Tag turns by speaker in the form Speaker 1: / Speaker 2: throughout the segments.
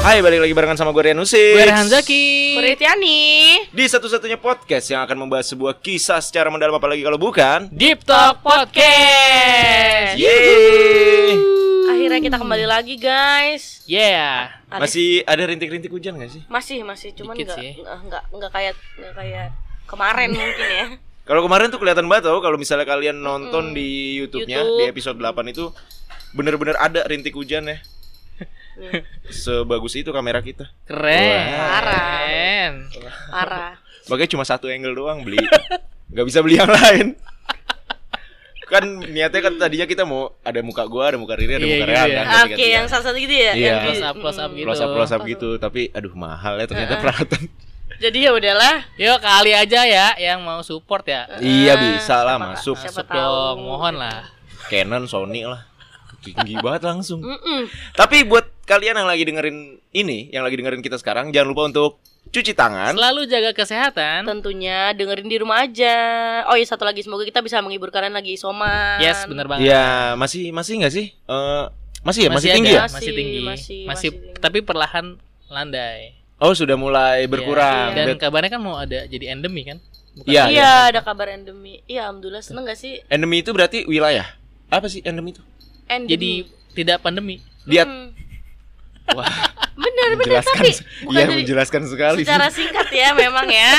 Speaker 1: Hai, balik lagi barengan sama gue Rian Usik.
Speaker 2: Gue Rehan Zaki.
Speaker 3: Kuritiani.
Speaker 1: Di satu-satunya podcast yang akan membahas sebuah kisah secara mendalam apalagi kalau bukan.
Speaker 2: Deep Talk Podcast.
Speaker 1: Yeay.
Speaker 3: Akhirnya kita kembali lagi guys.
Speaker 2: Yeah.
Speaker 3: Ada-
Speaker 1: Masih ada rintik-rintik hujan gak sih?
Speaker 3: masih masih cuman
Speaker 2: Dikit
Speaker 3: enggak
Speaker 2: sih.
Speaker 3: enggak enggak kayak enggak kayak kemarin mungkin ya.
Speaker 1: Kalau kemarin tuh kelihatan banget tau kalau misalnya kalian nonton di YouTube-nya
Speaker 3: YouTube.
Speaker 1: di episode 8 itu bener-bener ada rintik hujan ya.
Speaker 3: Nih,
Speaker 1: Sebagus itu kamera kita.
Speaker 2: Keren.
Speaker 3: Parah. Parah.
Speaker 1: Makanya cuma satu angle doang beli. Gak bisa beli yang lain. kan niatnya kan tadinya kita mau ada muka gua, ada muka Riri, ada
Speaker 2: Iya,
Speaker 1: muka
Speaker 2: iya,
Speaker 1: Rehan
Speaker 2: iya.
Speaker 1: kan.
Speaker 3: Oke,
Speaker 1: ganti-gantian.
Speaker 3: yang satu-satu gitu ya.
Speaker 1: Iya.
Speaker 3: Yang Hmm.
Speaker 2: Close up, close up gitu.
Speaker 1: Close up, close up gitu, tapi aduh mahal ya ternyata peralatan.
Speaker 3: Jadi ya udahlah.
Speaker 2: Yuk kali aja ya yang mau support ya.
Speaker 1: Iya bisa lah
Speaker 3: siapa-
Speaker 1: masuk.
Speaker 3: siapa
Speaker 2: Masuk
Speaker 3: tahu.
Speaker 2: dong, mohon lah.
Speaker 1: Canon, Sony lah. Tinggi banget langsung.
Speaker 3: Mm-mm.
Speaker 1: Tapi buat kalian yang lagi dengerin ini, yang lagi dengerin kita sekarang, jangan lupa untuk cuci tangan.
Speaker 2: Selalu jaga kesehatan.
Speaker 3: Tentunya dengerin di rumah aja. Oh iya satu lagi semoga kita bisa menghibur kalian lagi isoman.
Speaker 2: Yes, bener banget.
Speaker 1: Iya, masih masih nggak sih? Eh, masih ya, masih,
Speaker 2: ada,
Speaker 1: tinggi ya?
Speaker 3: Mas-
Speaker 2: Masih
Speaker 3: Masih,
Speaker 2: tinggi. Masih,
Speaker 3: masih, masih tinggi.
Speaker 2: tapi perlahan landai.
Speaker 1: Oh, sudah mulai berkurang.
Speaker 2: Iya. Dan kabarnya kan mau ada jadi endemi kan? Bukan
Speaker 1: Iya,
Speaker 3: Iya,
Speaker 1: iya.
Speaker 3: ada kabar endemi. Iya, alhamdulillah seneng gak sih?
Speaker 1: Endemi itu berarti wilayah. Apa sih endemi itu?
Speaker 2: Jadi
Speaker 3: Endemi.
Speaker 2: tidak pandemi.
Speaker 1: Dia
Speaker 3: Mm.
Speaker 1: wah,
Speaker 3: bener bener
Speaker 1: menjelaskan.
Speaker 3: tapi bukan
Speaker 1: Iya,
Speaker 3: jadi-
Speaker 1: menjelaskan sekali.
Speaker 3: secara singkat ya memang ya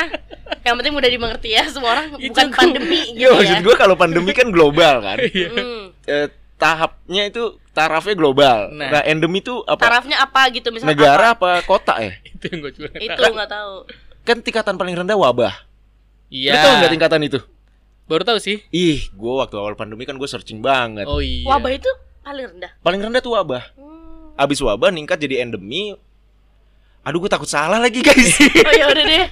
Speaker 3: yang penting mudah dimengerti ya semua orang
Speaker 2: Itu
Speaker 3: bukan
Speaker 2: gua-
Speaker 3: pandemi
Speaker 1: Iya,
Speaker 3: gitu
Speaker 1: maksud
Speaker 3: ya
Speaker 1: gue kalau pandemi kan global kan.
Speaker 3: Hmm.
Speaker 1: Eh, tahapnya itu tarafnya global. Nah,
Speaker 2: Nah.
Speaker 1: endemi itu apa?
Speaker 3: tarafnya apa gitu misalnya
Speaker 1: Negara apa kota ya?
Speaker 2: Itu yang gue juga
Speaker 3: apa?
Speaker 2: nggak
Speaker 3: itu
Speaker 2: tahu.
Speaker 3: nggak tahu
Speaker 1: Kan tingkatan paling rendah wabah. Lu
Speaker 2: Iya.
Speaker 1: tahu nggak tingkatan itu?
Speaker 2: Baru tahu sih.
Speaker 1: Ih, gue waktu awal pandemi kan gue searching banget.
Speaker 2: Oh iya.
Speaker 3: wabah itu paling rendah
Speaker 1: Paling rendah tuh wabah.
Speaker 3: Hmm.
Speaker 1: Abis wabah ningkat jadi endemi. Aduh, gue takut salah lagi guys.
Speaker 3: oh ya udah deh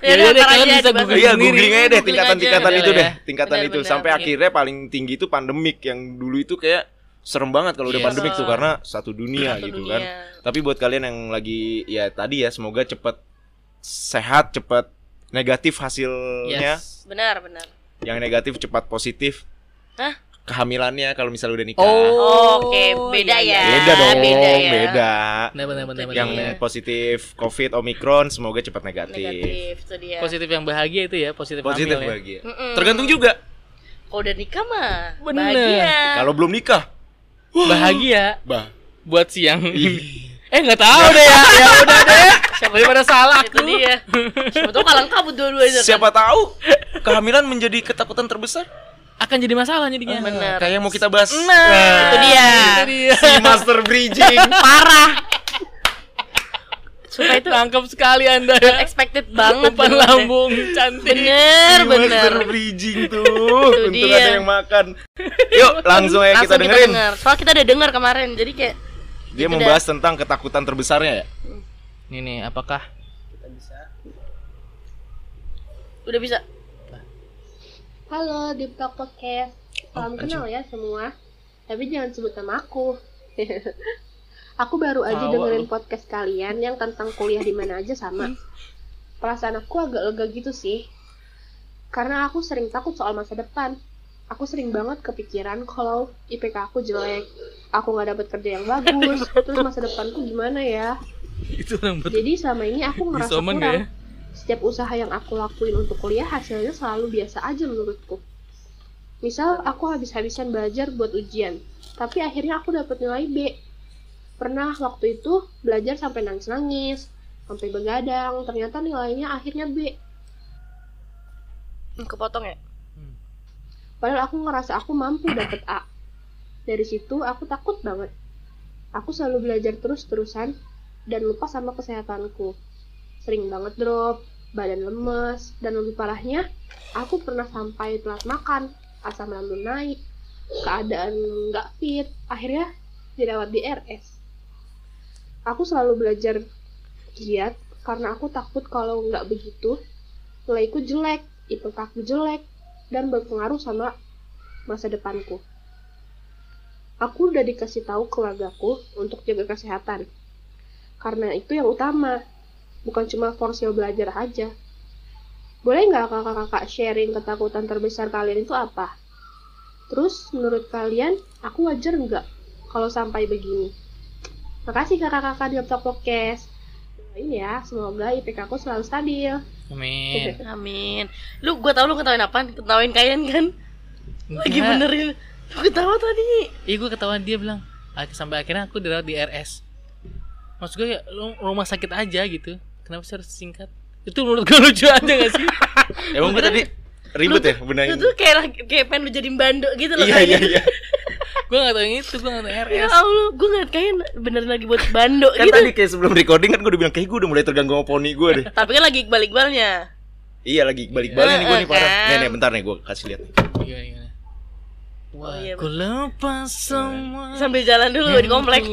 Speaker 2: Ya udah deh, kalian bisa Google
Speaker 1: Iya,
Speaker 2: sendiri.
Speaker 1: googling aja deh
Speaker 3: Googling
Speaker 1: tingkatan-tingkatan
Speaker 2: aja.
Speaker 1: itu deh,
Speaker 2: Bener ya.
Speaker 1: tingkatan itu
Speaker 3: Bener-bener.
Speaker 1: sampai akhirnya paling tinggi itu pandemik yang dulu itu kayak serem banget kalau udah
Speaker 2: Iya.
Speaker 1: pandemik tuh karena satu dunia
Speaker 3: Satu
Speaker 1: gitu
Speaker 3: dunia.
Speaker 1: kan. Tapi buat kalian yang lagi ya tadi ya semoga cepet sehat, cepet negatif hasilnya.
Speaker 2: Yes.
Speaker 3: benar benar
Speaker 1: Yang negatif cepat positif.
Speaker 3: Hah?
Speaker 1: Kehamilannya kalau misalnya udah nikah.
Speaker 2: Oh.
Speaker 3: oke beda
Speaker 2: iya,
Speaker 3: ya
Speaker 1: Beda dong, beda.
Speaker 3: beda ya
Speaker 2: Benar benar benar benar.
Speaker 1: Yang
Speaker 3: Iya.
Speaker 1: positif Covid Omikron semoga cepat negatif.
Speaker 3: negatif itu dia
Speaker 2: positif yang bahagia itu ya, positif,
Speaker 1: Positif
Speaker 2: hamil ya.
Speaker 1: bahagia.
Speaker 3: Mm-mm.
Speaker 1: Tergantung juga.
Speaker 3: kalau udah nikah mah
Speaker 2: Bener.
Speaker 3: bahagia
Speaker 1: Kalau belum nikah,
Speaker 2: Bahagia
Speaker 1: bah.
Speaker 2: buat siang. eh nggak tahu deh ya. Ya udah deh. Siapa daripada salah
Speaker 3: itu
Speaker 2: aku.
Speaker 3: dia siapa tahu kalang kabut dua-duanya kan?
Speaker 1: Siapa tahu kehamilan menjadi ketakutan terbesar?
Speaker 2: Akan jadi masalah jadinya.
Speaker 3: Benar.
Speaker 1: Kayak yang mau kita bahas.
Speaker 2: Nah,
Speaker 3: itu dia.
Speaker 2: Itu dia.
Speaker 1: Si Master Bridging.
Speaker 3: parah supaya itu
Speaker 2: Tangkap sekali Anda ya.
Speaker 3: expected banget
Speaker 2: Depan
Speaker 3: bener.
Speaker 2: lambung cantik.
Speaker 3: bener
Speaker 1: Si
Speaker 3: bener
Speaker 1: Master Iya, Bridging tuh.
Speaker 3: Itu
Speaker 1: Untuk
Speaker 3: dia.
Speaker 1: ada yang makan. Yuk, langsung aja kita
Speaker 3: langsung kita
Speaker 1: dengerin.
Speaker 3: denger soal kita udah denger kemarin jadi kayak
Speaker 1: Dia membahas tentang ketakutan terbesarnya ya.
Speaker 2: Nih nih, apakah
Speaker 3: udah bisa
Speaker 4: Halo, Deep Talk Podcast. Salam kenal ya semua. Tapi jangan sebut nama aku. aku baru aja
Speaker 2: Tawa lu.
Speaker 4: dengerin podcast kalian yang tentang kuliah di mana aja sama. Perasaan aku agak lega gitu sih. Karena aku sering takut soal masa depan. Aku sering banget kepikiran kalau IPK aku jelek, aku nggak dapet kerja yang bagus, terus masa depanku gimana ya?
Speaker 2: itu rambut
Speaker 4: Jadi selama ini aku ngerasa
Speaker 2: Isoman
Speaker 4: kurang.
Speaker 2: nggak ya?
Speaker 4: Setiap usaha yang aku lakuin untuk kuliah hasilnya selalu biasa aja menurutku. Misal aku habis-habisan belajar buat ujian, tapi akhirnya aku dapat nilai B. Pernah waktu itu belajar sampai nangis-nangis, sampai begadang, ternyata nilainya akhirnya B.
Speaker 3: Hmm, kepotong ya
Speaker 4: Padahal aku ngerasa aku mampu dapet A. Dari situ aku takut banget. Aku selalu belajar terus-terusan dan lupa sama kesehatanku. Sering banget drop, badan lemes, dan lebih parahnya, aku pernah sampai telat makan, asam lambung naik, keadaan nggak fit, akhirnya dirawat di RS. Aku selalu belajar giat karena aku takut kalau nggak begitu, nilaiku jelek, IPK aku jelek, dan berpengaruh sama masa depanku. Aku udah dikasih tahu keluargaku untuk jaga kesehatan. Karena itu yang utama, bukan cuma forsil belajar aja. Boleh nggak kakak-kakak sharing ketakutan terbesar kalian itu apa? Terus, menurut kalian, aku wajar nggak kalau sampai begini? Makasih kakak-kakak di Laptop Podcast. Ini ya, semoga IPK aku selalu stabil.
Speaker 2: Amin.
Speaker 3: Amin. Lu gua tau lu ketawain apaan? Ketawain kalian kan? Lagi
Speaker 2: Enggak.
Speaker 3: benerin. Lu ketawa tadi.
Speaker 2: Ih gue ketahuan dia bilang "Ak- sampai akhirnya aku dirawat di RS. Maksud gue ya, lu rumah sakit aja gitu. Kenapa sih harus singkat? Itu menurut gue lucu aja gak sih?
Speaker 1: Emang gue Ya, tadi ribet
Speaker 3: Lu
Speaker 1: ya benahin.
Speaker 3: Lu tuh kayak lagi- kayak pengen lu jadi bandok gitu loh.
Speaker 1: Iya
Speaker 3: kayaknya.
Speaker 1: iya iya.
Speaker 2: gue gak tau yang itu, gue gak tau
Speaker 3: Ya
Speaker 2: RS.
Speaker 3: Allah, gue ngeliat kalian beneran lagi buat bandok
Speaker 1: Kan
Speaker 3: gitu.
Speaker 1: tadi kayak sebelum recording kan gue udah bilang kayak gue udah mulai terganggu sama poni gue deh.
Speaker 3: Tapi kan lagi balik-baliknya.
Speaker 1: Iya lagi balik-balik nih gue nih
Speaker 3: Heeh,
Speaker 1: parah.
Speaker 3: kan.
Speaker 1: Nih nih bentar nih gue kasih lihat nih.
Speaker 2: Gimana, gimana? Wah,
Speaker 3: iya,
Speaker 2: ku lepas semua.
Speaker 3: Sambil jalan dulu di komplek.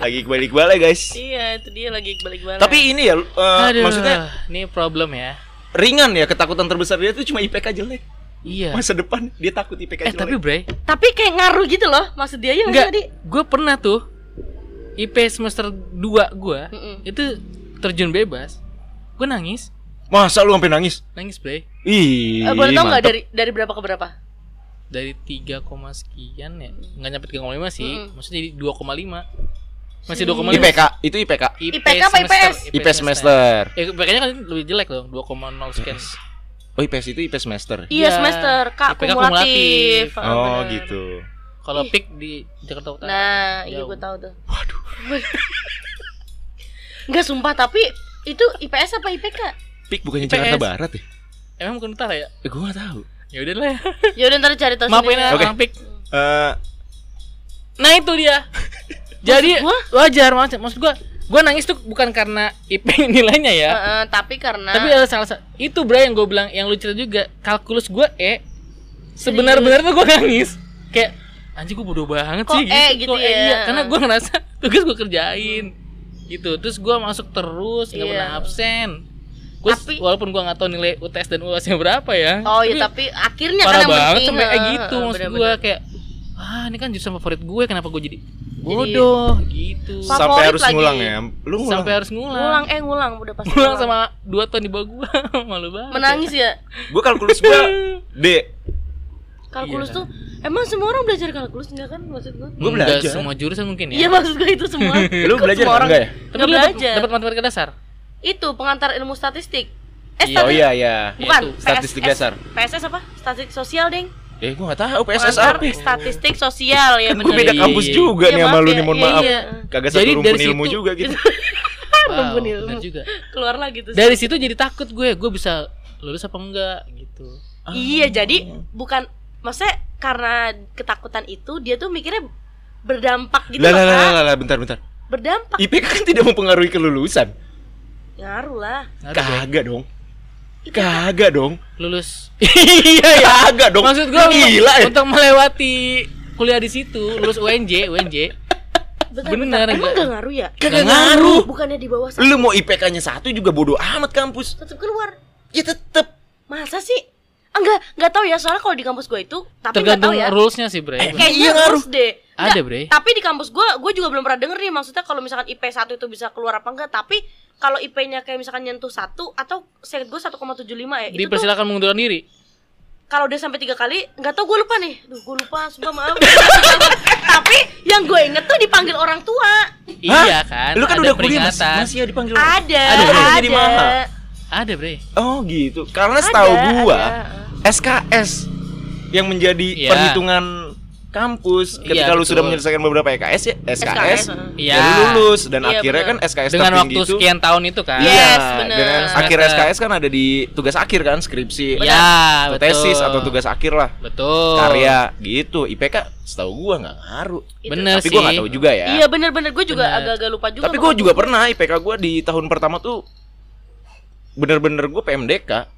Speaker 1: Lagi balik-balik guys.
Speaker 3: iya, itu dia lagi balik-balik.
Speaker 1: Tapi ini ya eh,
Speaker 2: Aduh,
Speaker 1: maksudnya
Speaker 2: ini problem ya.
Speaker 1: ringan ya ketakutan terbesar dia tuh cuma IPK jelek.
Speaker 2: Iya.
Speaker 1: Masa depan dia takut IPK
Speaker 2: eh
Speaker 1: jelek.
Speaker 2: tapi Bray,
Speaker 3: tapi kayak ngaruh gitu loh maksud dia ya
Speaker 2: enggak,
Speaker 3: Kan tadi.
Speaker 2: gue pernah tuh IP semester 2 gue
Speaker 3: Mm-mm.
Speaker 2: itu terjun bebas, gue nangis,
Speaker 1: Masa lu sampai nangis?
Speaker 2: nangis Bray
Speaker 1: Ih.
Speaker 3: Eh, boleh tau nggak
Speaker 1: mantep.
Speaker 3: dari dari berapa ke berapa?
Speaker 2: dari 3, sekian ya, nggak nyampe 3,5 sih,
Speaker 3: Mm-mm.
Speaker 2: maksudnya jadi 2,5 masih 2,5
Speaker 1: IPK itu IPK?
Speaker 3: IPK apa IPS?
Speaker 1: IP semester.
Speaker 2: Eh, IPK-nya kan lebih jelek dong, 2,0 sekian.
Speaker 1: Oh IPS itu IPS semester.
Speaker 3: Iya
Speaker 2: Iya,
Speaker 3: semester kak
Speaker 2: IPK
Speaker 3: kumulatif.
Speaker 2: kumulatif.
Speaker 3: Ah,
Speaker 1: Oh
Speaker 3: bener.
Speaker 1: gitu.
Speaker 2: Kalau PIK di Jakarta Utara.
Speaker 3: Nah, iya
Speaker 2: Jauh.
Speaker 3: gue tahu tuh. Waduh. Enggak sumpah tapi itu IPS apa IPK?
Speaker 1: Pik bukannya
Speaker 2: IPS.
Speaker 1: Jakarta Barat ya?
Speaker 2: Emang bukan utara ya?
Speaker 1: Eh, gua gak tahu.
Speaker 2: Ya udah lah.
Speaker 3: Ya udah ntar cari tahu
Speaker 2: Maafin
Speaker 3: sendiri.
Speaker 2: ya,
Speaker 1: Oke.
Speaker 2: orang PIK.
Speaker 1: Eh,
Speaker 2: Nah itu dia. Jadi
Speaker 3: gua?
Speaker 2: wajar maksud, maksud gua, gua nangis tuh bukan karena IP nilainya ya.
Speaker 3: Heeh, tapi karena
Speaker 2: Tapi ya, ada salah satu itu bro yang gue bilang yang lu cerita juga kalkulus gua E sebenar-benar tuh gua nangis kayak anjing gua bodoh banget
Speaker 3: Kok
Speaker 2: sih
Speaker 3: E gitu
Speaker 2: Kok E,
Speaker 3: ya?
Speaker 2: iya. karena gua ngerasa tugas gua kerjain gitu terus gua masuk terus nggak
Speaker 3: Iya.
Speaker 2: pernah absen gua, s-
Speaker 3: Tapi-
Speaker 2: walaupun gua nggak tahu nilai UTS dan UASnya berapa ya
Speaker 3: Oh iya tapi akhirnya kan
Speaker 2: parah
Speaker 3: yang
Speaker 2: banget
Speaker 3: penting,
Speaker 2: sampai kayak
Speaker 3: heeh,
Speaker 2: gitu maksud gue
Speaker 3: bener-bener.
Speaker 2: kayak ah ini kan jurusan favorit gue kenapa gue jadi bodoh gitu
Speaker 3: Favorit
Speaker 1: sampai harus
Speaker 3: lagi.
Speaker 1: ngulang ya. Lu ngulang.
Speaker 2: sampai harus ngulang
Speaker 3: Ngulang eh ngulang udah pasti.
Speaker 2: ngulang sama dua tahun di bawah gue malu banget
Speaker 3: menangis ya.
Speaker 1: Gua kalkulus gua D.
Speaker 3: Kalkulus
Speaker 2: Iya.
Speaker 3: tuh emang semua orang belajar kalkulus enggak kan maksud gua?
Speaker 1: Gua
Speaker 2: Enggak
Speaker 1: belajar.
Speaker 2: semua jurusan mungkin ya
Speaker 3: Iya maksud gue itu semua.
Speaker 1: Lu
Speaker 3: Kok
Speaker 1: belajar
Speaker 3: semua orang
Speaker 1: enggak ya?
Speaker 2: tapi lu
Speaker 3: Nggak
Speaker 2: dapat
Speaker 3: belajar.
Speaker 2: dapat matematika dasar
Speaker 3: Itu pengantar ilmu statistik. Eh,
Speaker 2: Iya,
Speaker 1: Oh
Speaker 3: statistik-
Speaker 1: iya iya.
Speaker 3: Bukan,
Speaker 2: Iya, itu,
Speaker 1: statistik
Speaker 3: PS
Speaker 1: dasar.
Speaker 3: PSS apa? Statistik sosial, Ding.
Speaker 1: Eh gua gak tahu PSS
Speaker 3: Pengantar
Speaker 1: apa.
Speaker 3: statistik sosial ya
Speaker 1: Kan gua
Speaker 2: bener.
Speaker 1: beda
Speaker 2: Iya,
Speaker 1: kampus
Speaker 2: iya, iya.
Speaker 1: juga nih
Speaker 3: Iya,
Speaker 1: sama
Speaker 3: maaf
Speaker 1: lu
Speaker 3: ya.
Speaker 1: nih mohon
Speaker 3: Iya,
Speaker 1: maaf.
Speaker 2: iya.
Speaker 1: Kagak
Speaker 2: Jadi
Speaker 1: satu rumpun
Speaker 2: dari
Speaker 1: ilmu
Speaker 2: situ-
Speaker 1: juga gitu.
Speaker 3: Kan,
Speaker 2: wow,
Speaker 4: Rumpun ilmu.
Speaker 2: benar juga
Speaker 3: Keluar lagi tuh.
Speaker 2: dari situ jadi takut gue gue bisa lulus apa enggak gitu
Speaker 1: Ah.
Speaker 3: Iya, jadi bukan maksudnya karena ketakutan itu dia tuh mikirnya berdampak gitu
Speaker 1: Lah
Speaker 3: loh,
Speaker 1: lah lah
Speaker 3: Kak.
Speaker 1: lah, lah bentar bentar.
Speaker 3: Berdampak
Speaker 1: IPK kan tidak mempengaruhi kelulusan.
Speaker 3: ngaruh lah.
Speaker 2: Ngaruh ya?
Speaker 1: Kagak dong. Kagak dong.
Speaker 2: lulus iya ya
Speaker 1: Kagak dong.
Speaker 2: maksud gue
Speaker 1: gila ya.
Speaker 2: untuk melewati kuliah di situ lulus UNJ UNJ
Speaker 3: Bentar,
Speaker 2: Bener,
Speaker 3: bentar. Emang
Speaker 2: enggak.
Speaker 3: gak ngaruh ya?
Speaker 1: Kagak
Speaker 2: Nggak
Speaker 1: ngaruh.
Speaker 3: Bukannya di bawah
Speaker 1: Lu mau IPK-nya satu juga bodoh amat kampus.
Speaker 3: tetap keluar.
Speaker 1: Ya tetep
Speaker 3: Masa sih? Enggak, enggak tahu ya. Soalnya kalau di kampus gue itu tapi enggak
Speaker 2: tergantung
Speaker 3: tahu ya.
Speaker 2: rulesnya sih bre
Speaker 1: Eh,
Speaker 3: Kayaknya
Speaker 1: Iya, ngaruh.
Speaker 3: harus deh. Nggak,
Speaker 2: Ada, Bre.
Speaker 3: Tapi di kampus gue, gue juga belum pernah denger nih. Maksudnya kalau misalkan IP 1 itu bisa keluar apa enggak. Tapi kalau IP-nya kayak misalkan nyentuh 1 atau seinget gue 1,75 ya. Itu tuh
Speaker 2: dipersilakan mengundurkan diri
Speaker 3: kalau udah sampai tiga kali, nggak tahu gue lupa nih. Duh, gue lupa. Sumpah maaf. tapi yang gue inget tuh dipanggil orang tua.
Speaker 2: iya kan
Speaker 1: Lu kan udah
Speaker 2: ada
Speaker 1: kuliah
Speaker 2: peringatan
Speaker 1: mas- masih ya dipanggil. orang.
Speaker 3: Ada,
Speaker 1: Aduh,
Speaker 3: ada.
Speaker 1: jadi mahal.
Speaker 2: ada bre
Speaker 1: Oh gitu. Karena setahu
Speaker 3: Ada,
Speaker 1: gua
Speaker 3: ada.
Speaker 1: SKS yang menjadi
Speaker 2: Iya.
Speaker 1: perhitungan kampus
Speaker 2: Iya,
Speaker 1: ketika lu
Speaker 2: betul.
Speaker 1: sudah menyelesaikan beberapa EKS ya SKS,
Speaker 3: heeh.
Speaker 1: baru
Speaker 2: Iya.
Speaker 1: lulus dan
Speaker 3: Iya,
Speaker 1: akhirnya
Speaker 3: benar.
Speaker 1: kan SKS
Speaker 2: dengan
Speaker 1: tertinggi
Speaker 2: waktu
Speaker 1: itu
Speaker 2: sekian tahun itu kan
Speaker 1: Iya,
Speaker 3: Yes, benar.
Speaker 1: dengan akhir
Speaker 2: Semester.
Speaker 1: SKS kan ada di tugas akhir kan skripsi,
Speaker 2: Iya,
Speaker 1: atau
Speaker 2: betul.
Speaker 1: tesis atau tugas akhir lah,
Speaker 2: betul
Speaker 1: karya gitu. IPK setahu gua nggak ngaruh.
Speaker 3: Itu.
Speaker 2: bener
Speaker 1: Tapi
Speaker 2: sih
Speaker 1: gua nggak tahu juga ya.
Speaker 3: Iya bener-bener gue juga
Speaker 2: Bener.
Speaker 3: agak-agak lupa juga.
Speaker 1: Tapi gue
Speaker 3: makanya.
Speaker 1: juga pernah IPK gue di tahun pertama tuh bener-bener gue PMDK.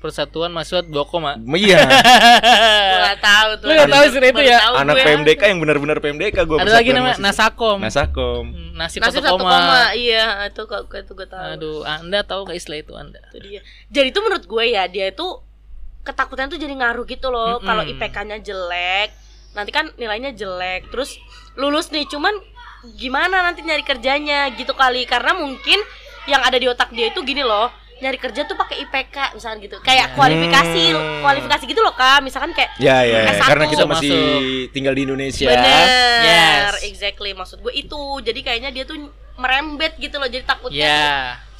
Speaker 2: persatuan mahasiswa 2 koma
Speaker 1: Iya.
Speaker 3: Gue nggak tahu tuh.
Speaker 2: Lu nggak tahu sih itu
Speaker 3: Baru
Speaker 2: ya?
Speaker 3: tahu
Speaker 1: Anak
Speaker 3: gue.
Speaker 1: PMDK yang benar-benar PMDK gue.
Speaker 2: ada lagi namanya nasakom
Speaker 1: Nasakom.
Speaker 2: Hmm, nasib,
Speaker 3: Nasib
Speaker 2: satu
Speaker 3: satu
Speaker 2: koma.
Speaker 3: koma, iya itu kok itu gue tahu.
Speaker 2: aduh anda tahu nggak istilah itu anda
Speaker 3: Itu dia. Jadi itu menurut gue ya dia itu ketakutan tuh jadi ngaruh gitu loh.
Speaker 2: Mm-mm.
Speaker 3: Kalau IPK-nya jelek, nanti kan nilainya jelek. Terus lulus nih, cuman gimana nanti nyari kerjanya gitu kali? Karena mungkin yang ada di otak dia itu gini loh. nyari kerja tuh pakai IPK misalkan gitu. Kayak kualifikasi
Speaker 1: Hmm.
Speaker 3: kualifikasi gitu loh Kak, misalkan kayak
Speaker 1: Ya ya, ya.
Speaker 3: S1.
Speaker 1: karena kita
Speaker 2: Masuk,
Speaker 1: masih
Speaker 2: masuk.
Speaker 1: tinggal di Indonesia.
Speaker 3: Bener,
Speaker 2: Yes.
Speaker 3: exactly maksud gue itu. Jadi kayaknya dia tuh merembet gitu loh. Jadi takutnya
Speaker 2: Ya,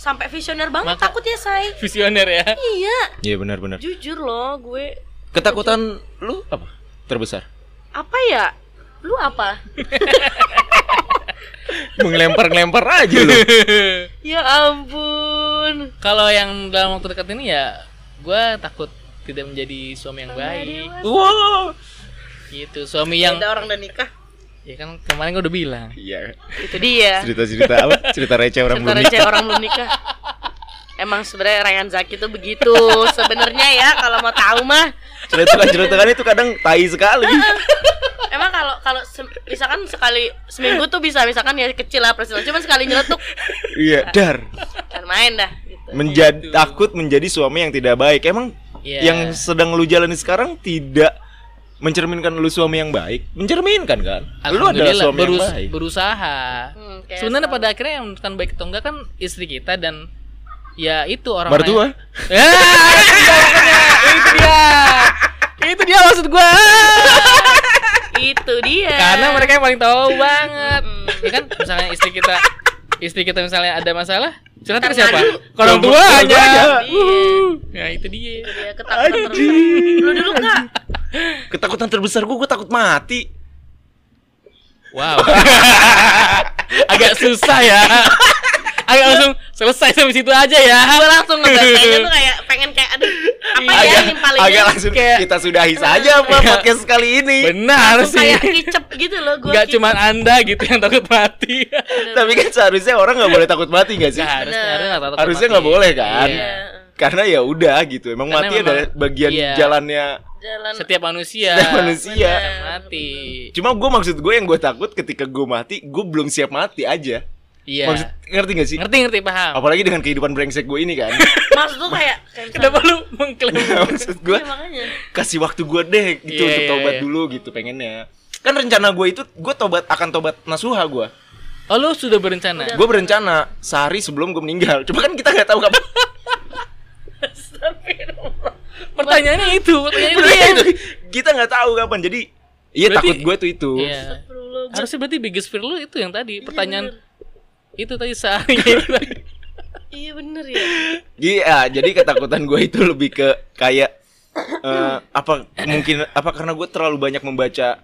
Speaker 3: sampai visioner banget
Speaker 2: Maka-
Speaker 3: takutnya saya.
Speaker 2: visioner ya.
Speaker 3: Iya,
Speaker 1: Iya benar benar.
Speaker 3: jujur loh gue
Speaker 1: Ketakutan lu apa? Terbesar.
Speaker 3: apa ya? Lu apa?
Speaker 1: Mengelempar-ngelempar aja lu.
Speaker 3: Ya ampun.
Speaker 2: Kalau yang dalam waktu dekat ini ya gua takut tidak menjadi suami yang baik.
Speaker 1: Wow.
Speaker 2: Gitu, suami yang
Speaker 3: Ada orang udah nikah.
Speaker 2: ya kan kemarin gua udah bilang.
Speaker 1: Iya.
Speaker 3: Itu dia.
Speaker 1: Cerita-cerita apa? Cerita receh orang belum
Speaker 3: Sementara
Speaker 1: nikah.
Speaker 3: cewek orang belum nikah. Emang sebenarnya Ryan Zaki tuh begitu sebenarnya ya kalau mau tahu mah.
Speaker 1: Cerita-cerita kan itu kadang tai sekali.
Speaker 3: Emang kalau kalau se- misalkan sekali seminggu tuh bisa misalkan ya kecil lah persen. Cuman sekali nyeletuk
Speaker 1: Iya, dar.
Speaker 3: kan main dah gitu.
Speaker 1: Menjadi
Speaker 2: Gitu.
Speaker 1: takut menjadi suami yang tidak baik. Emang
Speaker 2: Iya.
Speaker 1: yang sedang lu jalani sekarang tidak mencerminkan lu suami yang baik? Mencerminkan kan? Lu adalah
Speaker 2: Alhamdulillah,
Speaker 1: suami yang
Speaker 2: berus-
Speaker 1: baik.
Speaker 2: berusaha.
Speaker 3: Hmm, kayak
Speaker 2: Sebenarnya
Speaker 3: selalu.
Speaker 2: pada akhirnya yang menentukan baik atau enggak kan istri kita dan ya itu orang
Speaker 1: Mertua.
Speaker 2: Ya, itu jawabannya. itu dia. Itu dia maksud gua.
Speaker 3: itu dia.
Speaker 2: Karena mereka yang paling tahu banget.
Speaker 3: Mm-mm.
Speaker 2: Ya kan misalnya istri kita istri kita misalnya ada masalah, curhat ke siapa?
Speaker 3: Karena
Speaker 2: Ke orang tua
Speaker 1: Orang tua
Speaker 2: aja.
Speaker 1: aja.
Speaker 3: Iya.
Speaker 2: Ya itu dia.
Speaker 3: Iya, ketakutan terus.
Speaker 1: Anjing.
Speaker 3: Lu dulu Kak.
Speaker 1: Ketakutan terbesar gua, gua takut mati.
Speaker 2: Wow. Agak susah ya. Agak langsung selesai sampai situ aja ya.
Speaker 3: Gue langsung ngebacanya tuh kayak pengen kayak aduh
Speaker 2: Iya,
Speaker 3: apa ya
Speaker 1: agak,
Speaker 3: yang paling
Speaker 1: agak langsung kita sudahi saja apa podcast kali ini.
Speaker 2: Benar sih.
Speaker 3: kayak kicep gitu loh gue.
Speaker 2: Gak cuman Anda gitu yang takut mati.
Speaker 1: Tapi kan seharusnya orang nggak boleh takut mati nggak sih?
Speaker 2: Gak harusnya
Speaker 3: Benar.
Speaker 2: harusnya takut
Speaker 1: Harusnya
Speaker 2: mati.
Speaker 1: nggak boleh kan?
Speaker 2: Iya.
Speaker 1: Karena ya udah gitu. Emang
Speaker 2: Karena
Speaker 1: mati
Speaker 2: memang-
Speaker 1: adalah bagian
Speaker 2: iya.
Speaker 1: jalannya
Speaker 3: jalan
Speaker 2: Setiap manusia.
Speaker 1: setiap manusia.
Speaker 2: akan mati.
Speaker 1: Cuma gue maksud gue yang gue takut ketika gue mati, gue belum siap mati aja.
Speaker 2: Iya.
Speaker 1: Maksud ngerti gak sih?
Speaker 2: Ngerti ngerti paham.
Speaker 1: Apalagi dengan kehidupan brengsek gue ini kan.
Speaker 3: Maksud tuh kayak kayak
Speaker 2: Kenapa lu mengklaim?
Speaker 1: maksud gue
Speaker 3: Iya, makanya.
Speaker 1: kasih waktu gue deh gitu
Speaker 2: Iya,
Speaker 1: untuk
Speaker 2: iya,
Speaker 1: tobat
Speaker 2: iya.
Speaker 1: dulu gitu pengennya. Kan rencana gue itu gue tobat akan tobat nasuha gue.
Speaker 2: Oh lu sudah berencana?
Speaker 1: Gue berencana sehari sebelum gue meninggal. Cuma kan kita nggak tahu kapan.
Speaker 3: Astagfirullah.
Speaker 2: Pertanyaannya itu, pertanyaannya itu.
Speaker 1: Iya, itu. kita nggak tahu kapan. Jadi iya
Speaker 2: Berarti-
Speaker 1: takut gue tuh itu.
Speaker 2: Iya.
Speaker 3: Astagfirullah. Gua-
Speaker 2: Harusnya berarti biggest fear lu itu yang tadi pertanyaan
Speaker 3: bener.
Speaker 2: itu tadi sehari itu tadi.
Speaker 3: Iya bener ya.
Speaker 1: Iya, jadi ketakutan gue itu lebih ke kayak eh, apa mungkin apa karena gue terlalu banyak membaca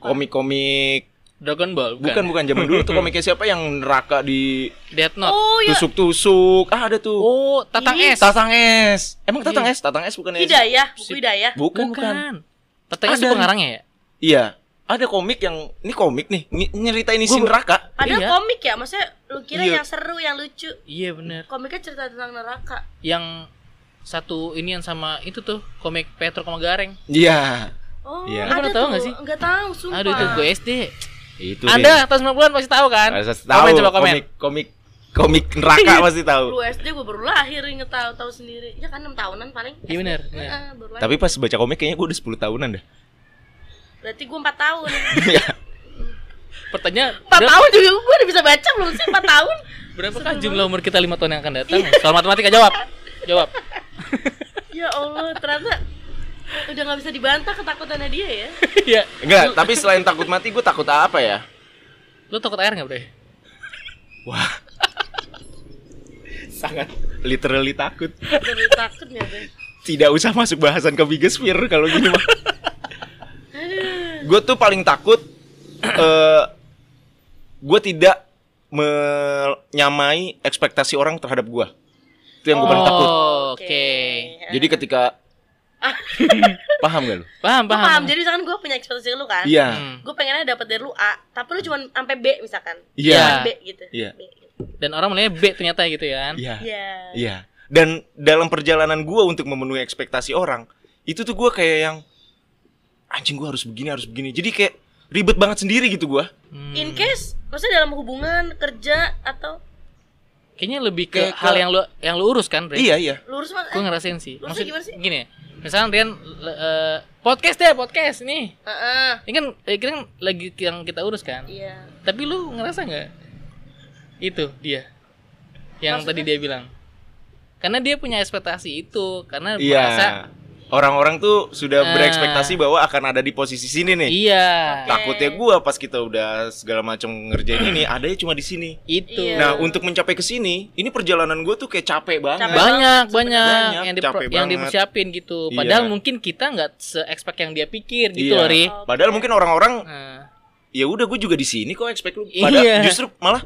Speaker 1: komik-komik
Speaker 2: Dragon Ball
Speaker 1: bukan bukan zaman dulu tuh komiknya siapa yang neraka di
Speaker 2: Death Note.
Speaker 3: Oh ya.
Speaker 1: tusuk-tusuk ah ada tuh
Speaker 2: Oh, Tatang
Speaker 3: Ih,
Speaker 2: S.
Speaker 1: Tatang S emang Tatang S Tatang S bukan S
Speaker 3: Hidayah, buku Hidayah.
Speaker 1: bukan bukan
Speaker 2: ya. Bukan. Tatang S
Speaker 1: Ada.
Speaker 2: itu pengarangnya ya?
Speaker 1: iya ada komik yang ini komik nih ny- nyeritain isi
Speaker 2: Gua-
Speaker 1: neraka
Speaker 3: Ada
Speaker 2: Iya.
Speaker 3: komik ya, maksudnya lu kira
Speaker 1: Iya.
Speaker 3: yang seru, yang lucu.
Speaker 2: Iya bener
Speaker 3: Komiknya cerita tentang neraka.
Speaker 2: Yang satu ini yang sama itu tuh komik Petro sama Gareng.
Speaker 1: iya
Speaker 3: Oh,
Speaker 1: Iya. Lu
Speaker 3: ada
Speaker 2: pernah tahu
Speaker 3: tuh.
Speaker 2: nggak sih?
Speaker 3: Nggak tahu, sumpah.
Speaker 2: Aduh itu gue SD.
Speaker 1: itu
Speaker 2: Anda tahun 90-an pasti tahu kan?
Speaker 1: harus
Speaker 2: Komen,
Speaker 1: tahu
Speaker 2: coba komen.
Speaker 1: komik komik komik neraka pasti tahu
Speaker 3: Lu SD gue baru lahir inget tahu tahu sendiri. Ya kan 6 tahunan paling.
Speaker 2: Iya bener bener.
Speaker 3: Heeh, baru lahir.
Speaker 1: Tapi pas baca komik kayaknya gue udah 10 tahunan dah.
Speaker 3: Berarti gue 4 tahun.
Speaker 1: Iya.
Speaker 2: Pertanyaan
Speaker 3: 4
Speaker 2: ber-
Speaker 3: tahun juga gue udah bisa baca belum sih 4 tahun.
Speaker 2: berapakah jumlah umur kita lima tahun yang akan datang?
Speaker 3: Iya.
Speaker 2: Soal matematika jawab. Jawab.
Speaker 3: Ya Allah, ternyata udah nggak bisa dibantah ketakutannya dia ya.
Speaker 2: Iya.
Speaker 1: Enggak, tapi selain takut mati gue takut apa ya?
Speaker 2: Lu takut air nggak, Bre?
Speaker 1: Wah. Sangat literally takut.
Speaker 3: Bener takut nih Bang.
Speaker 1: Tidak usah masuk bahasan ke biggest fear kalau gini mah. gue tuh paling takut eh gue tidak menyamai ekspektasi orang terhadap gue. Itu yang gue paling takut.
Speaker 2: Oh, Oke.
Speaker 1: Jadi ketika paham gak lu?
Speaker 2: Paham,
Speaker 3: Gua
Speaker 2: paham.
Speaker 3: paham. Jadi misalkan gue punya ekspektasi lu kan.
Speaker 1: Iya.
Speaker 2: Hmm.
Speaker 3: Gue pengennya dapat dari lu A, tapi lu cuma sampai B misalkan.
Speaker 1: Iya.
Speaker 3: Cuman B gitu.
Speaker 1: Iya.
Speaker 3: B gitu.
Speaker 2: Dan orang mulai B ternyata gitu ya.
Speaker 1: Iya.
Speaker 3: Iya.
Speaker 1: Iya. Dan dalam perjalanan gua untuk memenuhi ekspektasi orang, itu tuh gua kayak yang anjing gua harus begini harus begini. Jadi kayak ribet banget sendiri gitu gua
Speaker 2: Hmm.
Speaker 3: In case, maksudnya dalam hubungan kerja atau
Speaker 2: Kayaknya lebih
Speaker 1: Kayak
Speaker 2: ke
Speaker 1: Iya, ke-
Speaker 2: hal yang lu yang lu urus kan, Bre?
Speaker 1: Iya iya.
Speaker 3: lurus eh. mas.
Speaker 2: Gue ngerasain sih.
Speaker 3: Urusnya
Speaker 2: Maksud
Speaker 3: gimana sih?
Speaker 2: gini ya. Misalnya Rian le- eh, podcast deh, podcast nih.
Speaker 3: Heeh.
Speaker 2: Ini kan eh, ini kan lagi yang kita urus kan.
Speaker 3: Iya.
Speaker 2: Tapi lu ngerasa nggak? Itu dia. Yang
Speaker 3: Maksudnya?
Speaker 2: tadi dia bilang. karena dia punya ekspektasi itu karena
Speaker 1: Iya.
Speaker 2: merasa
Speaker 1: Orang-orang tuh sudah
Speaker 2: Nah.
Speaker 1: berekspektasi bahwa akan ada di posisi sini nih.
Speaker 2: iya
Speaker 3: Oke.
Speaker 1: Takutnya gua pas kita udah segala macam ngerjain ini, adanya cuma di sini.
Speaker 2: itu
Speaker 3: Iya.
Speaker 1: Nah, untuk mencapai ke sini, ini perjalanan gua tuh kayak capek banget.
Speaker 3: Capek.
Speaker 2: banyak
Speaker 3: Banyak,
Speaker 2: banyak yang
Speaker 1: capek
Speaker 2: dipro- yang
Speaker 1: banget.
Speaker 2: dipersiapin gitu
Speaker 1: Iya.
Speaker 2: padahal mungkin kita nggak se expect yang dia pikir gitu
Speaker 1: Iya.
Speaker 2: loh ri
Speaker 3: Oke.
Speaker 1: Padahal mungkin orang-orang,
Speaker 2: Nah,
Speaker 1: ya udah gua juga di sini kok expect lu. Padahal
Speaker 2: Iya.
Speaker 1: justru malah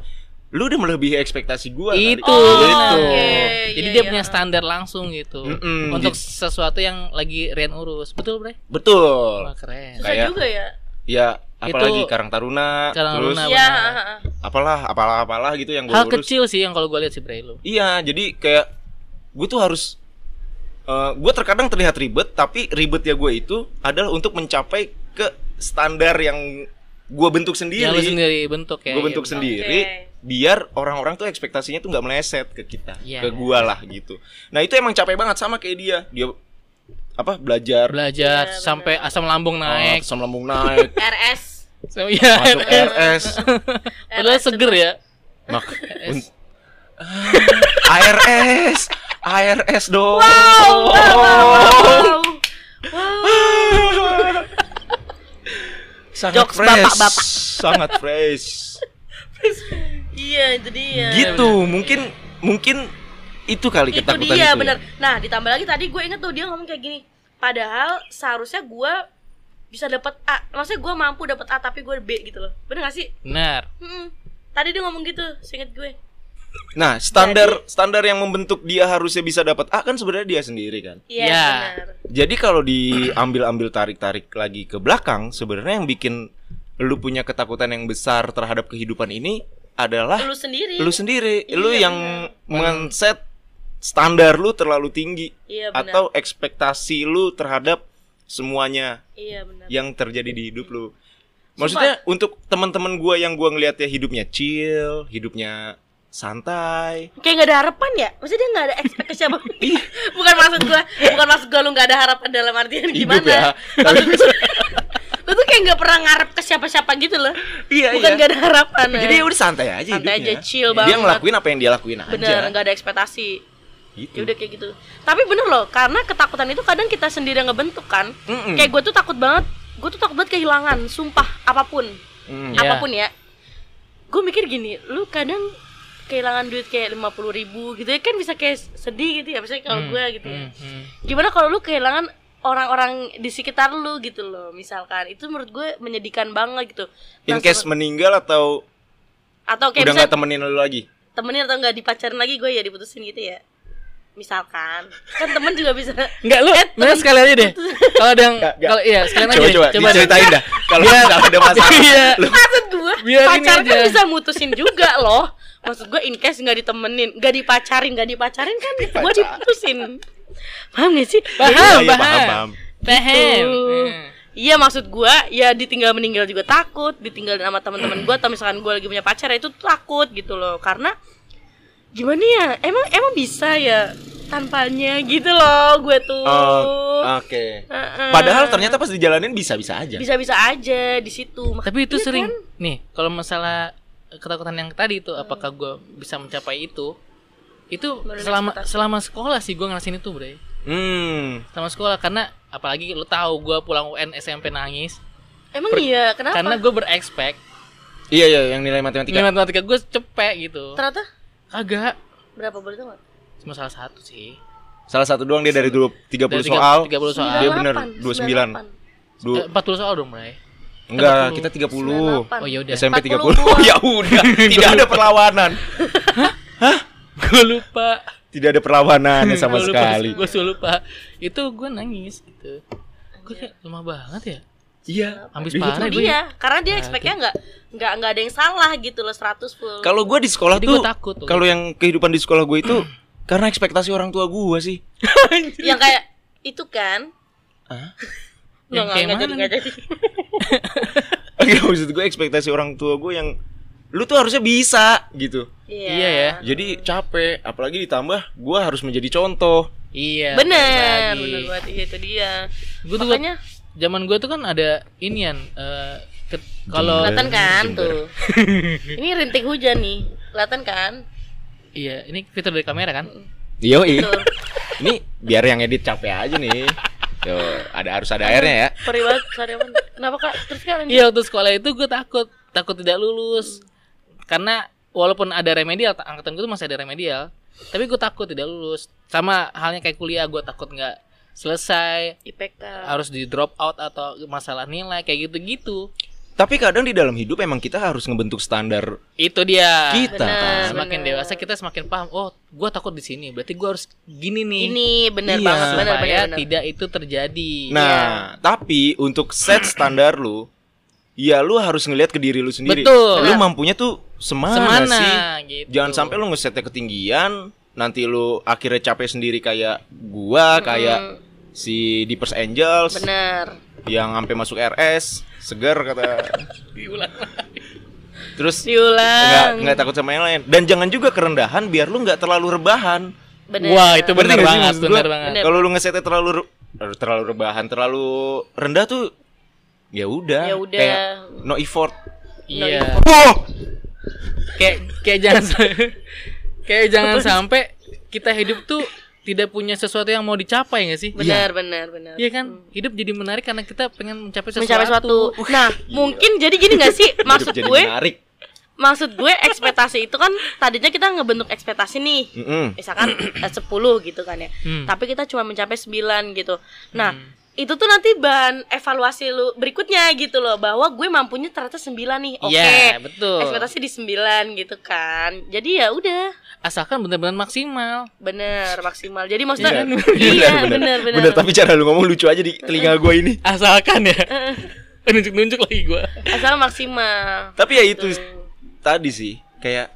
Speaker 1: lu udah melebihi ekspektasi gua. Iya, Nari.
Speaker 2: itu
Speaker 3: Oh,
Speaker 2: gitu.
Speaker 3: oke.
Speaker 2: jadi
Speaker 3: Iya,
Speaker 2: dia
Speaker 3: iya.
Speaker 2: punya standar langsung gitu
Speaker 1: Mm-mm,
Speaker 2: untuk
Speaker 1: gitu.
Speaker 2: sesuatu yang lagi Rian urus betul bre
Speaker 1: Betul.
Speaker 2: Wah, keren
Speaker 3: Susah
Speaker 1: Kayak-
Speaker 3: juga ya.
Speaker 1: Ya,
Speaker 2: Itu-
Speaker 1: apalagi Karang Taruna,
Speaker 2: Karang
Speaker 1: terus
Speaker 2: Taruna. Nah,
Speaker 3: Iya,
Speaker 2: benar.
Speaker 3: heeh.
Speaker 1: apalah, apalah, apalah gitu yang gua
Speaker 2: hal
Speaker 1: urus.
Speaker 2: kecil sih yang kalau gue lihat sih bre lu
Speaker 1: Iya, jadi kayak gue tuh harus gue terkadang terlihat ribet, tapi ribet ya gue itu adalah untuk mencapai ke standar yang gue bentuk sendiri.
Speaker 2: yang lu sendiri bentuk ya
Speaker 1: Gue Iya, bentuk
Speaker 2: iya, benar.
Speaker 1: sendiri,
Speaker 3: Oke.
Speaker 1: biar orang-orang tuh ekspektasinya tuh nggak meleset ke kita,
Speaker 2: Iya.
Speaker 1: ke gue lah gitu. Nah itu emang capek banget sama kayak dia, dia apa belajar,
Speaker 2: belajar
Speaker 3: Iya, benar.
Speaker 2: sampai asam lambung
Speaker 1: naik,
Speaker 2: naik
Speaker 1: asam lambung naik,
Speaker 3: RS.
Speaker 2: So, iya,
Speaker 1: Oh, masuk
Speaker 2: RS.
Speaker 1: RS,
Speaker 3: Eh,
Speaker 2: padahal seger ya
Speaker 1: mak, un- ARS, ARS dong.
Speaker 3: Wow. Wow.
Speaker 1: sangat
Speaker 3: Jokes
Speaker 1: fresh,
Speaker 3: bapak-bapak.
Speaker 1: sangat fresh.
Speaker 3: Iya, itu dia.
Speaker 1: gitu, mungkin mungkin itu kali
Speaker 3: itu
Speaker 1: ketakutan
Speaker 3: dia
Speaker 1: itu. ya.
Speaker 3: bener nah ditambah lagi tadi gue inget tuh dia ngomong kayak gini padahal seharusnya gue bisa dapat A maksudnya gue mampu dapat A tapi gue B gitu loh bener gak sih
Speaker 2: benar
Speaker 3: Mm-mm. tadi dia ngomong gitu seinget gue
Speaker 1: Nah, standar standar yang membentuk dia harusnya bisa dapat A kan sebenarnya dia sendiri kan.
Speaker 3: iya
Speaker 2: Ya.
Speaker 3: bener
Speaker 1: Jadi kalau diambil-ambil tarik-tarik lagi ke belakang, sebenarnya yang bikin lu punya ketakutan yang besar terhadap kehidupan ini adalah
Speaker 3: lu sendiri
Speaker 1: lu sendiri, lu
Speaker 3: Iya,
Speaker 1: yang men-set standar lu terlalu tinggi
Speaker 3: iya bener
Speaker 1: atau ekspektasi lu terhadap semuanya
Speaker 3: iya bener
Speaker 1: yang terjadi di hidup lu. Maksudnya untuk teman-teman gua yang gua ngelihatnya hidupnya chill, hidupnya santai.
Speaker 3: kayak gak ada harapan ya maksudnya dia gak ada ekspektasi apa
Speaker 1: Iya.
Speaker 3: bukan maksud gue bukan maksud gue lu gak ada harapan dalam artian gimana
Speaker 1: Hidup ya.
Speaker 3: maksud gue lu tuh kayak gak pernah ngarep ke siapa-siapa gitu loh
Speaker 1: Iya,
Speaker 3: bukan gak ada harapan
Speaker 1: Jadi
Speaker 3: ya.
Speaker 1: ya udah santai aja
Speaker 3: Santai
Speaker 1: hidupnya.
Speaker 3: aja, chill
Speaker 1: Dia
Speaker 3: banget.
Speaker 1: ngelakuin apa yang dia lakuin aja.
Speaker 3: bener gak ada ekspektasi
Speaker 1: Gitu.
Speaker 3: ya udah kayak gitu tapi bener loh karena ketakutan itu kadang kita sendiri yang ngebentuk kan
Speaker 1: Mm-mm.
Speaker 3: kayak gue tuh takut banget gue tuh takut banget kehilangan sumpah apapun
Speaker 1: Mm.
Speaker 2: Ya.
Speaker 3: apapun ya gue mikir gini lu kadang kehilangan duit kayak lima puluh ribu gitu ya kan bisa kayak sedih gitu ya misalnya kalau
Speaker 1: Mm,
Speaker 2: Hmm,
Speaker 3: gue gitu ya.
Speaker 2: hmm, hmm.
Speaker 3: gimana kalau lu kehilangan orang-orang di sekitar lu gitu loh misalkan itu menurut gue menyedihkan banget gitu
Speaker 1: In
Speaker 3: Nah,
Speaker 1: case
Speaker 3: sebe-
Speaker 1: meninggal atau
Speaker 3: atau kayak
Speaker 1: udah
Speaker 3: bisa
Speaker 1: nggak temenin lu lagi.
Speaker 3: temenin atau nggak dipacarin lagi gue ya diputusin gitu ya misalkan kan temen juga bisa
Speaker 2: Enggak lu, mending sekali aja deh. Kalau ada yang
Speaker 1: Nggak, nggak.
Speaker 2: kalau iya, sekalian aja.
Speaker 1: Coba
Speaker 2: deh.
Speaker 1: coba,
Speaker 2: deh.
Speaker 1: diceritain dah. Kalau kalau ada masalah.
Speaker 2: Iya.
Speaker 1: lu-
Speaker 3: maksud gue
Speaker 2: Biarin
Speaker 3: pacar kan
Speaker 2: aja.
Speaker 3: bisa mutusin juga loh maksud gue in case nggak ditemenin nggak dipacarin nggak dipacarin kan gue diputusin paham gak sih
Speaker 2: Paham,
Speaker 1: Iya, iya,
Speaker 2: paham.
Speaker 1: paham.
Speaker 2: Paham.
Speaker 3: Gitu.
Speaker 2: Hmm.
Speaker 3: Iya maksud gue ya ditinggal meninggal juga takut ditinggal sama teman-teman gue atau misalkan gue lagi punya pacar ya itu takut gitu loh karena gimana ya emang emang bisa ya tanpanya gitu loh gue tuh
Speaker 1: Oh, Oke.
Speaker 3: Heeh.
Speaker 1: Padahal ternyata pas dijalanin bisa-bisa aja.
Speaker 3: bisa-bisa aja di situ
Speaker 2: Tapi itu sering. Nih, kalau masalah ketakutan yang tadi itu apakah gua bisa mencapai itu? Itu
Speaker 3: Menurut
Speaker 2: selama
Speaker 3: ekspektasi.
Speaker 2: selama sekolah sih gua ngerasain itu, Bre.
Speaker 1: Hmm.
Speaker 2: Selama sekolah karena apalagi lu tahu gua pulang UN SMP nangis
Speaker 3: emang iya kenapa
Speaker 2: karena gua berexpect
Speaker 1: Iya iya yang nilai matematika.
Speaker 2: nilai matematika gua cepet gitu.
Speaker 3: ternyata
Speaker 2: Agak
Speaker 3: berapa boleh tuh
Speaker 2: cuma salah satu sih.
Speaker 1: Salah satu doang dia dari dulu 30
Speaker 2: Dari tiga-
Speaker 1: soal.
Speaker 3: Iya,
Speaker 1: Iya.
Speaker 2: 30 soal.
Speaker 1: Dia bener 29.
Speaker 3: 98.
Speaker 1: Du-
Speaker 2: Eh, 40 soal dong, Bre.
Speaker 1: Enggak,
Speaker 2: 40.
Speaker 1: kita 30.
Speaker 3: 98.
Speaker 2: Oh, ya udah.
Speaker 1: SMP 30.
Speaker 3: 40.
Speaker 1: Oh, ya udah, tidak ada perlawanan.
Speaker 2: Gua lupa.
Speaker 1: Tidak ada perlawanan sama
Speaker 2: Gua lupa,
Speaker 1: sekali.
Speaker 2: Gue suka lupa. Itu gue nangis gitu. Gue kayak lemah banget ya.
Speaker 1: Iya.
Speaker 2: Ambis
Speaker 1: Itu
Speaker 2: parah
Speaker 3: Itu
Speaker 2: gue.
Speaker 3: dia, karena dia
Speaker 2: Nah,
Speaker 3: expect-nya nggak nggak nggak ada yang salah gitu loh 100 full.
Speaker 1: Kalau gua di sekolah
Speaker 2: Jadi
Speaker 1: tuh
Speaker 2: gua takut waktu
Speaker 1: kalau yang kehidupan di sekolah gue itu karena ekspektasi orang tua gua sih.
Speaker 3: yang kayak itu kan
Speaker 1: Hah?
Speaker 3: Nggak,
Speaker 2: Yang
Speaker 3: nggak,
Speaker 2: kayak
Speaker 3: nggak jadi,
Speaker 2: mana
Speaker 3: nggak jadi
Speaker 1: Enggak maksud gue ekspektasi orang tua gue yang lu tuh harusnya bisa gitu.
Speaker 2: Iya ya.
Speaker 1: Jadi capek, apalagi ditambah gua harus menjadi contoh.
Speaker 2: Iya.
Speaker 3: Bener, bener banget, iya, itu dia
Speaker 2: Gue tuh
Speaker 3: Makanya,
Speaker 2: zaman gue tuh kan ada inian eh ke-
Speaker 1: Jember.
Speaker 2: kalau
Speaker 3: kelihatan kan
Speaker 1: Jember.
Speaker 3: tuh Ini rintik hujan nih, kelihatan kan
Speaker 2: iya ini fitur dari kamera kan?
Speaker 1: Yoi.
Speaker 3: Betul.
Speaker 1: Ini biar yang edit capek aja nih. Yo, ada harus ada airnya ya.
Speaker 3: Perih banget, sariawan. Kenapa kak? Terus kak lanjut.
Speaker 2: Iya waktu sekolah itu gue takut takut tidak lulus karena walaupun ada remedial ta- angkatan gue tuh masih ada remedial tapi gue takut tidak lulus sama halnya kayak kuliah gue takut nggak selesai
Speaker 3: IPK.
Speaker 2: harus di drop out atau masalah nilai kayak gitu-gitu
Speaker 1: Tapi kadang di dalam hidup emang kita harus ngebentuk standar
Speaker 2: itu dia
Speaker 1: kita.
Speaker 3: benar.
Speaker 1: Tan.
Speaker 2: semakin
Speaker 3: bener.
Speaker 2: dewasa kita semakin paham oh gue takut di sini berarti gue harus gini nih
Speaker 3: Ini benar
Speaker 1: Iya.
Speaker 3: banget, benar
Speaker 2: supaya
Speaker 3: benar. benar.
Speaker 2: tidak itu terjadi
Speaker 1: Nah, tapi untuk set standar lu, ya lu harus ngelihat ke diri lu sendiri.
Speaker 2: Betul.
Speaker 1: Lu mampunya tuh semana,
Speaker 2: semana
Speaker 1: sih?
Speaker 2: gitu
Speaker 1: Jangan sampai lu ngesetnya ketinggian, nanti lu akhirnya capek sendiri kayak gua, kayak
Speaker 3: Mm,
Speaker 1: si Deepers Angels
Speaker 3: benar.
Speaker 1: yang sampai masuk RS, segar kata. Terus nggak
Speaker 3: Diulang.
Speaker 1: nggak takut sama yang lain. Dan jangan juga kerendahan biar lu nggak terlalu rebahan.
Speaker 3: Benar.
Speaker 2: wah itu
Speaker 1: Ngerti
Speaker 2: benar
Speaker 1: nggak sih
Speaker 2: banget
Speaker 1: maksud gua?
Speaker 2: benar banget
Speaker 3: Bener.
Speaker 1: Kalau lu ngesetnya terlalu re- eh, terlalu rebahan, terlalu rendah tuh ya udah.
Speaker 3: Ya udah.
Speaker 1: Kayak no effort.
Speaker 2: iya
Speaker 1: Wah,
Speaker 2: kayak kayak jangan sa- kayak jangan sampai kita hidup tuh tidak punya sesuatu yang mau dicapai nggak sih?
Speaker 3: Benar, benar, benar.
Speaker 2: Iya kan? Hidup jadi menarik karena kita pengen mencapai sesuatu.
Speaker 3: Mencapai suatu. Nah, mungkin jadi gini gak sih
Speaker 1: hidup
Speaker 3: maksud
Speaker 1: jadi
Speaker 3: gue?
Speaker 1: menarik.
Speaker 3: Maksud gue ekspektasi itu kan tadinya kita ngebentuk ekspektasi nih.
Speaker 1: Mm-mm.
Speaker 3: Misalkan eh, 10 gitu kan ya.
Speaker 2: Hmm.
Speaker 3: Tapi kita cuma mencapai 9 gitu. Nah, itu tuh nanti bahan evaluasi lu berikutnya gitu loh bahwa gue mampunya ternyata 9 nih. Oke.
Speaker 2: Iya, betul.
Speaker 3: Ekspektasi di 9 gitu kan. Jadi ya udah,
Speaker 2: Asalkan benar-benar maksimal.
Speaker 3: bener maksimal. Jadi maksudnya
Speaker 1: Bener. Bener,
Speaker 3: iya,
Speaker 1: bener.
Speaker 3: bener bener.
Speaker 1: Bener, tapi cara lu ngomong lucu aja di telinga gue ini.
Speaker 2: Asalkan ya. Nunjuk-nunjuk lagi gua.
Speaker 3: Asal maksimal.
Speaker 1: Tapi ya itu tadi sih kayak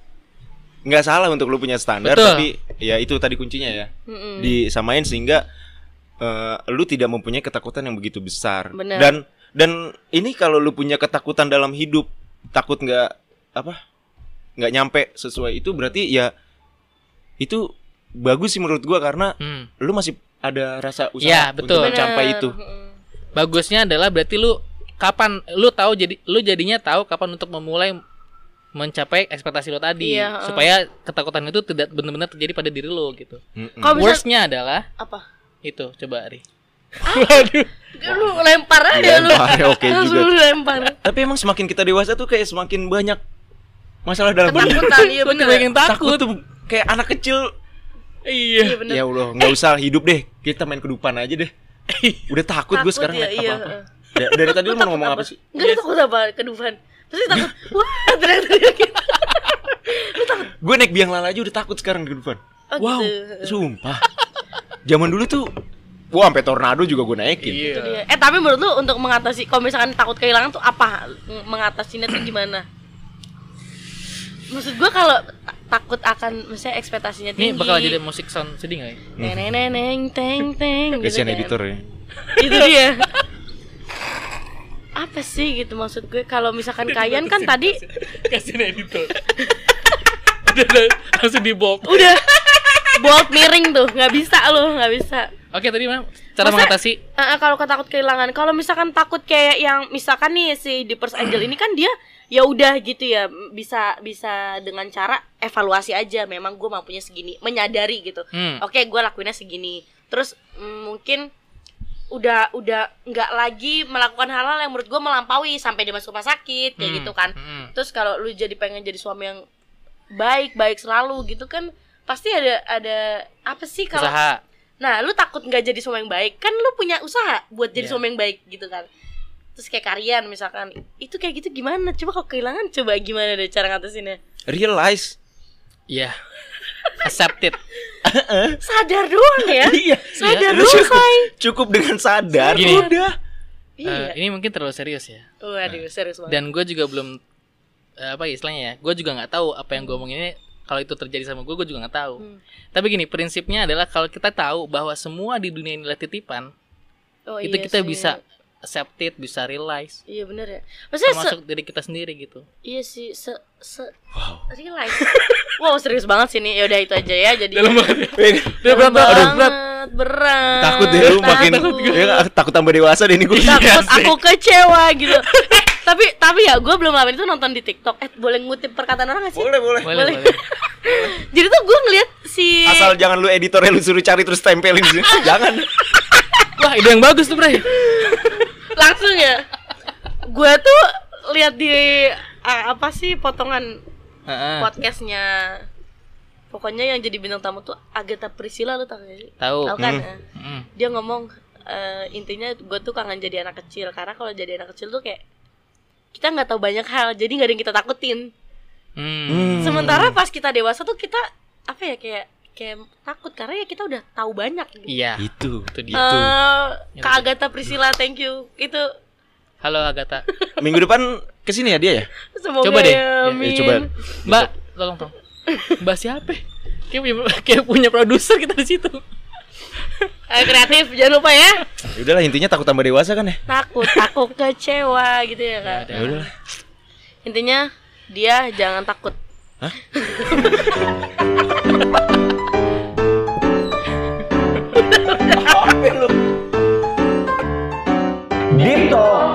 Speaker 1: nggak salah untuk lu punya standar
Speaker 2: Betul. Hmm.
Speaker 1: tapi ya itu tadi kuncinya ya.
Speaker 3: Mm-mm.
Speaker 1: Disamain sehingga eh, lu tidak mempunyai ketakutan yang begitu besar.
Speaker 3: Bener.
Speaker 1: Dan dan ini kalau lu punya ketakutan dalam hidup, takut nggak apa? nggak nyampe sesuai itu berarti ya itu bagus sih menurut gua karena
Speaker 2: Hmm.
Speaker 1: lu masih ada rasa usaha
Speaker 2: Ya, betul.
Speaker 1: untuk mencapai
Speaker 3: Bener.
Speaker 1: itu.
Speaker 3: Mm-mm.
Speaker 2: Bagusnya adalah berarti lu kapan lu tahu jadi lu jadinya tahu kapan untuk memulai mencapai ekspektasi lo tadi
Speaker 3: Iya, heeh.
Speaker 2: supaya ketakutan itu tidak benar-benar terjadi pada diri lo gitu.
Speaker 1: Mm-mm.
Speaker 3: Kalau bisa
Speaker 2: Worstnya adalah
Speaker 3: apa?
Speaker 2: itu coba Ari.
Speaker 3: Lu lempar aja lu.
Speaker 1: Dilempar, ya, oke
Speaker 3: Langsung
Speaker 1: juga.
Speaker 3: lu lempar.
Speaker 1: Tapi emang semakin kita dewasa tuh kayak semakin banyak masalah dalam hidup.
Speaker 3: Ketakutan iya
Speaker 2: Semakin
Speaker 3: bener.
Speaker 2: banyak yang
Speaker 1: Takut
Speaker 2: takut.
Speaker 1: tuh kayak anak kecil
Speaker 2: Iya.
Speaker 3: Iya bener.
Speaker 1: Ya Allah, nggak usah hidup deh. Kita main kedupan aja deh. Udah takut, gue
Speaker 3: Takut
Speaker 1: sekarang
Speaker 3: ya,
Speaker 1: naik
Speaker 3: iya.
Speaker 1: apa-apa. Da- Dari tadi lu mau ngomong apa sih?
Speaker 3: Enggak lu
Speaker 2: Iya.
Speaker 3: takut apa kedufan? Terus dia takut. Wah, ternyata dia gitu.
Speaker 1: Gue naik biang lala aja udah takut sekarang di kedupan.
Speaker 3: Oh,
Speaker 1: Wow,
Speaker 3: gitu.
Speaker 1: sumpah. Zaman dulu tuh, wah sampai tornado juga gue naikin.
Speaker 2: Iya.
Speaker 3: Itu dia. Eh tapi menurut lu untuk mengatasi kalau misalkan takut kehilangan tuh apa? M- Mengatasinya tuh gimana? Maksud gua kalau ta- takut akan misalnya ekspektasinya
Speaker 2: Ini
Speaker 3: tinggi.
Speaker 2: bakal jadi musik sound sedih nggak ya?
Speaker 3: neneng neneng teng teng gitu
Speaker 1: Kasian
Speaker 3: kan.
Speaker 1: editor ya.
Speaker 3: Itu dia. Apa sih gitu maksud gue kalau misalkan kalian kan tadi
Speaker 2: Kasihin editor. Udah, udah, langsung di bold.
Speaker 3: udah bolt miring tuh, nggak bisa lu, nggak bisa.
Speaker 2: Oke tadi mana? Cara
Speaker 3: Masa-
Speaker 2: mengatasi
Speaker 3: Eh, eh, kalau ketakut kehilangan, kalau misalkan takut kayak yang misalkan nih si Deepers Angel ini kan dia ya udah gitu ya m- bisa bisa dengan cara evaluasi aja. Memang gue mampunya segini, menyadari gitu.
Speaker 2: Hmm.
Speaker 3: Oke, gue lakuinnya segini. Terus mm, mungkin udah udah nggak lagi melakukan hal-hal yang menurut gue melampaui sampai dia masuk rumah sakit kayak
Speaker 2: Hmm,
Speaker 3: gitu kan.
Speaker 2: hmm.
Speaker 3: Terus kalau lu jadi pengen jadi suami yang baik baik selalu gitu kan pasti ada ada apa sih kalau
Speaker 2: usaha.
Speaker 3: Nah, lu takut nggak jadi suami yang baik? Kan lu punya usaha buat jadi
Speaker 2: Iya.
Speaker 3: suami yang baik gitu kan. Terus kayak Karian misalkan, itu kayak gitu gimana? Coba kalau kehilangan coba gimana deh cara ngatasinnya?
Speaker 1: Realize.
Speaker 2: Iya. Accepted.
Speaker 3: Sadar doang ya.
Speaker 1: Iya.
Speaker 3: Sadar
Speaker 1: Lu
Speaker 3: doang,
Speaker 1: cukup,
Speaker 3: say.
Speaker 1: cukup dengan sadar
Speaker 2: Gini.
Speaker 1: udah.
Speaker 3: Iya.
Speaker 2: Eh, ini mungkin terlalu serius ya.
Speaker 3: Waduh, serius banget.
Speaker 2: Dan gue juga belum eh, apa ya istilahnya ya. Gue juga nggak tahu apa yang gue omongin ini kalau itu terjadi sama gue, gue juga nggak tahu.
Speaker 3: Hmm.
Speaker 2: Tapi gini, prinsipnya adalah kalau kita tahu bahwa semua di dunia ini adalah titipan,
Speaker 3: Oh,
Speaker 2: itu
Speaker 3: iya
Speaker 2: kita
Speaker 3: sih.
Speaker 2: bisa accepted, bisa realize,
Speaker 3: Iya bener ya. Maksudnya se
Speaker 2: termasuk diri kita sendiri gitu.
Speaker 3: iya sih se se
Speaker 1: Wow.
Speaker 3: realize. wow, serius banget sih ini. Ya udah itu aja ya. Jadi
Speaker 1: Ini- Aduh,
Speaker 3: Dalam banget, berat.
Speaker 1: Takut deh lu makin
Speaker 3: Takut.
Speaker 1: ya, takut tambah dewasa deh ini gue.
Speaker 3: takut aku kecewa gitu. Eh, tapi tapi ya gue belum lama itu nonton di TikTok. Eh boleh ngutip perkataan orang gak sih?
Speaker 1: Boleh, boleh.
Speaker 2: boleh
Speaker 3: Boleh.
Speaker 2: boleh
Speaker 3: Jadi tuh gue ngeliat si
Speaker 1: Asal jangan lu editornya lu suruh cari terus tempelin sih. jangan.
Speaker 2: wah ide yang bagus tuh Bray
Speaker 3: langsung ya. Gue tuh lihat di ah, apa sih potongan
Speaker 2: Heeh.
Speaker 3: podcastnya. Pokoknya yang jadi bintang tamu tuh Agatha Priscilla lu tau gak sih?
Speaker 2: tahu
Speaker 3: Tau kan?
Speaker 1: Hmm.
Speaker 2: Mm.
Speaker 3: Dia ngomong eh, intinya gue tuh kangen jadi anak kecil karena kalau jadi anak kecil tuh kayak kita nggak tahu banyak hal jadi nggak ada yang kita takutin.
Speaker 2: Hmm.
Speaker 3: Sementara pas kita dewasa tuh kita apa ya kayak kayak takut karena ya kita udah tahu banyak gitu.
Speaker 2: iya
Speaker 1: Itu.
Speaker 2: itu dia
Speaker 1: Gitu.
Speaker 3: Eh,
Speaker 2: Ya, betul.
Speaker 3: Kak Agatha Priscilla, thank you. Itu
Speaker 2: halo Agatha
Speaker 1: Minggu depan kesini ya dia ya?
Speaker 3: semoga
Speaker 2: Coba deh.
Speaker 3: ya,
Speaker 2: Ya,
Speaker 1: Ya,
Speaker 3: amin.
Speaker 1: coba.
Speaker 2: Mbak, tolong tolong. Mbak siapa? Kayak punya, kayak punya produser kita di situ.
Speaker 3: Eh, kreatif, jangan lupa ya.
Speaker 1: Ya udahlah intinya takut tambah dewasa kan ya?
Speaker 3: Takut, takut kecewa gitu ya kak.
Speaker 1: Ya udahlah.
Speaker 3: Intinya dia jangan takut.
Speaker 1: Dito.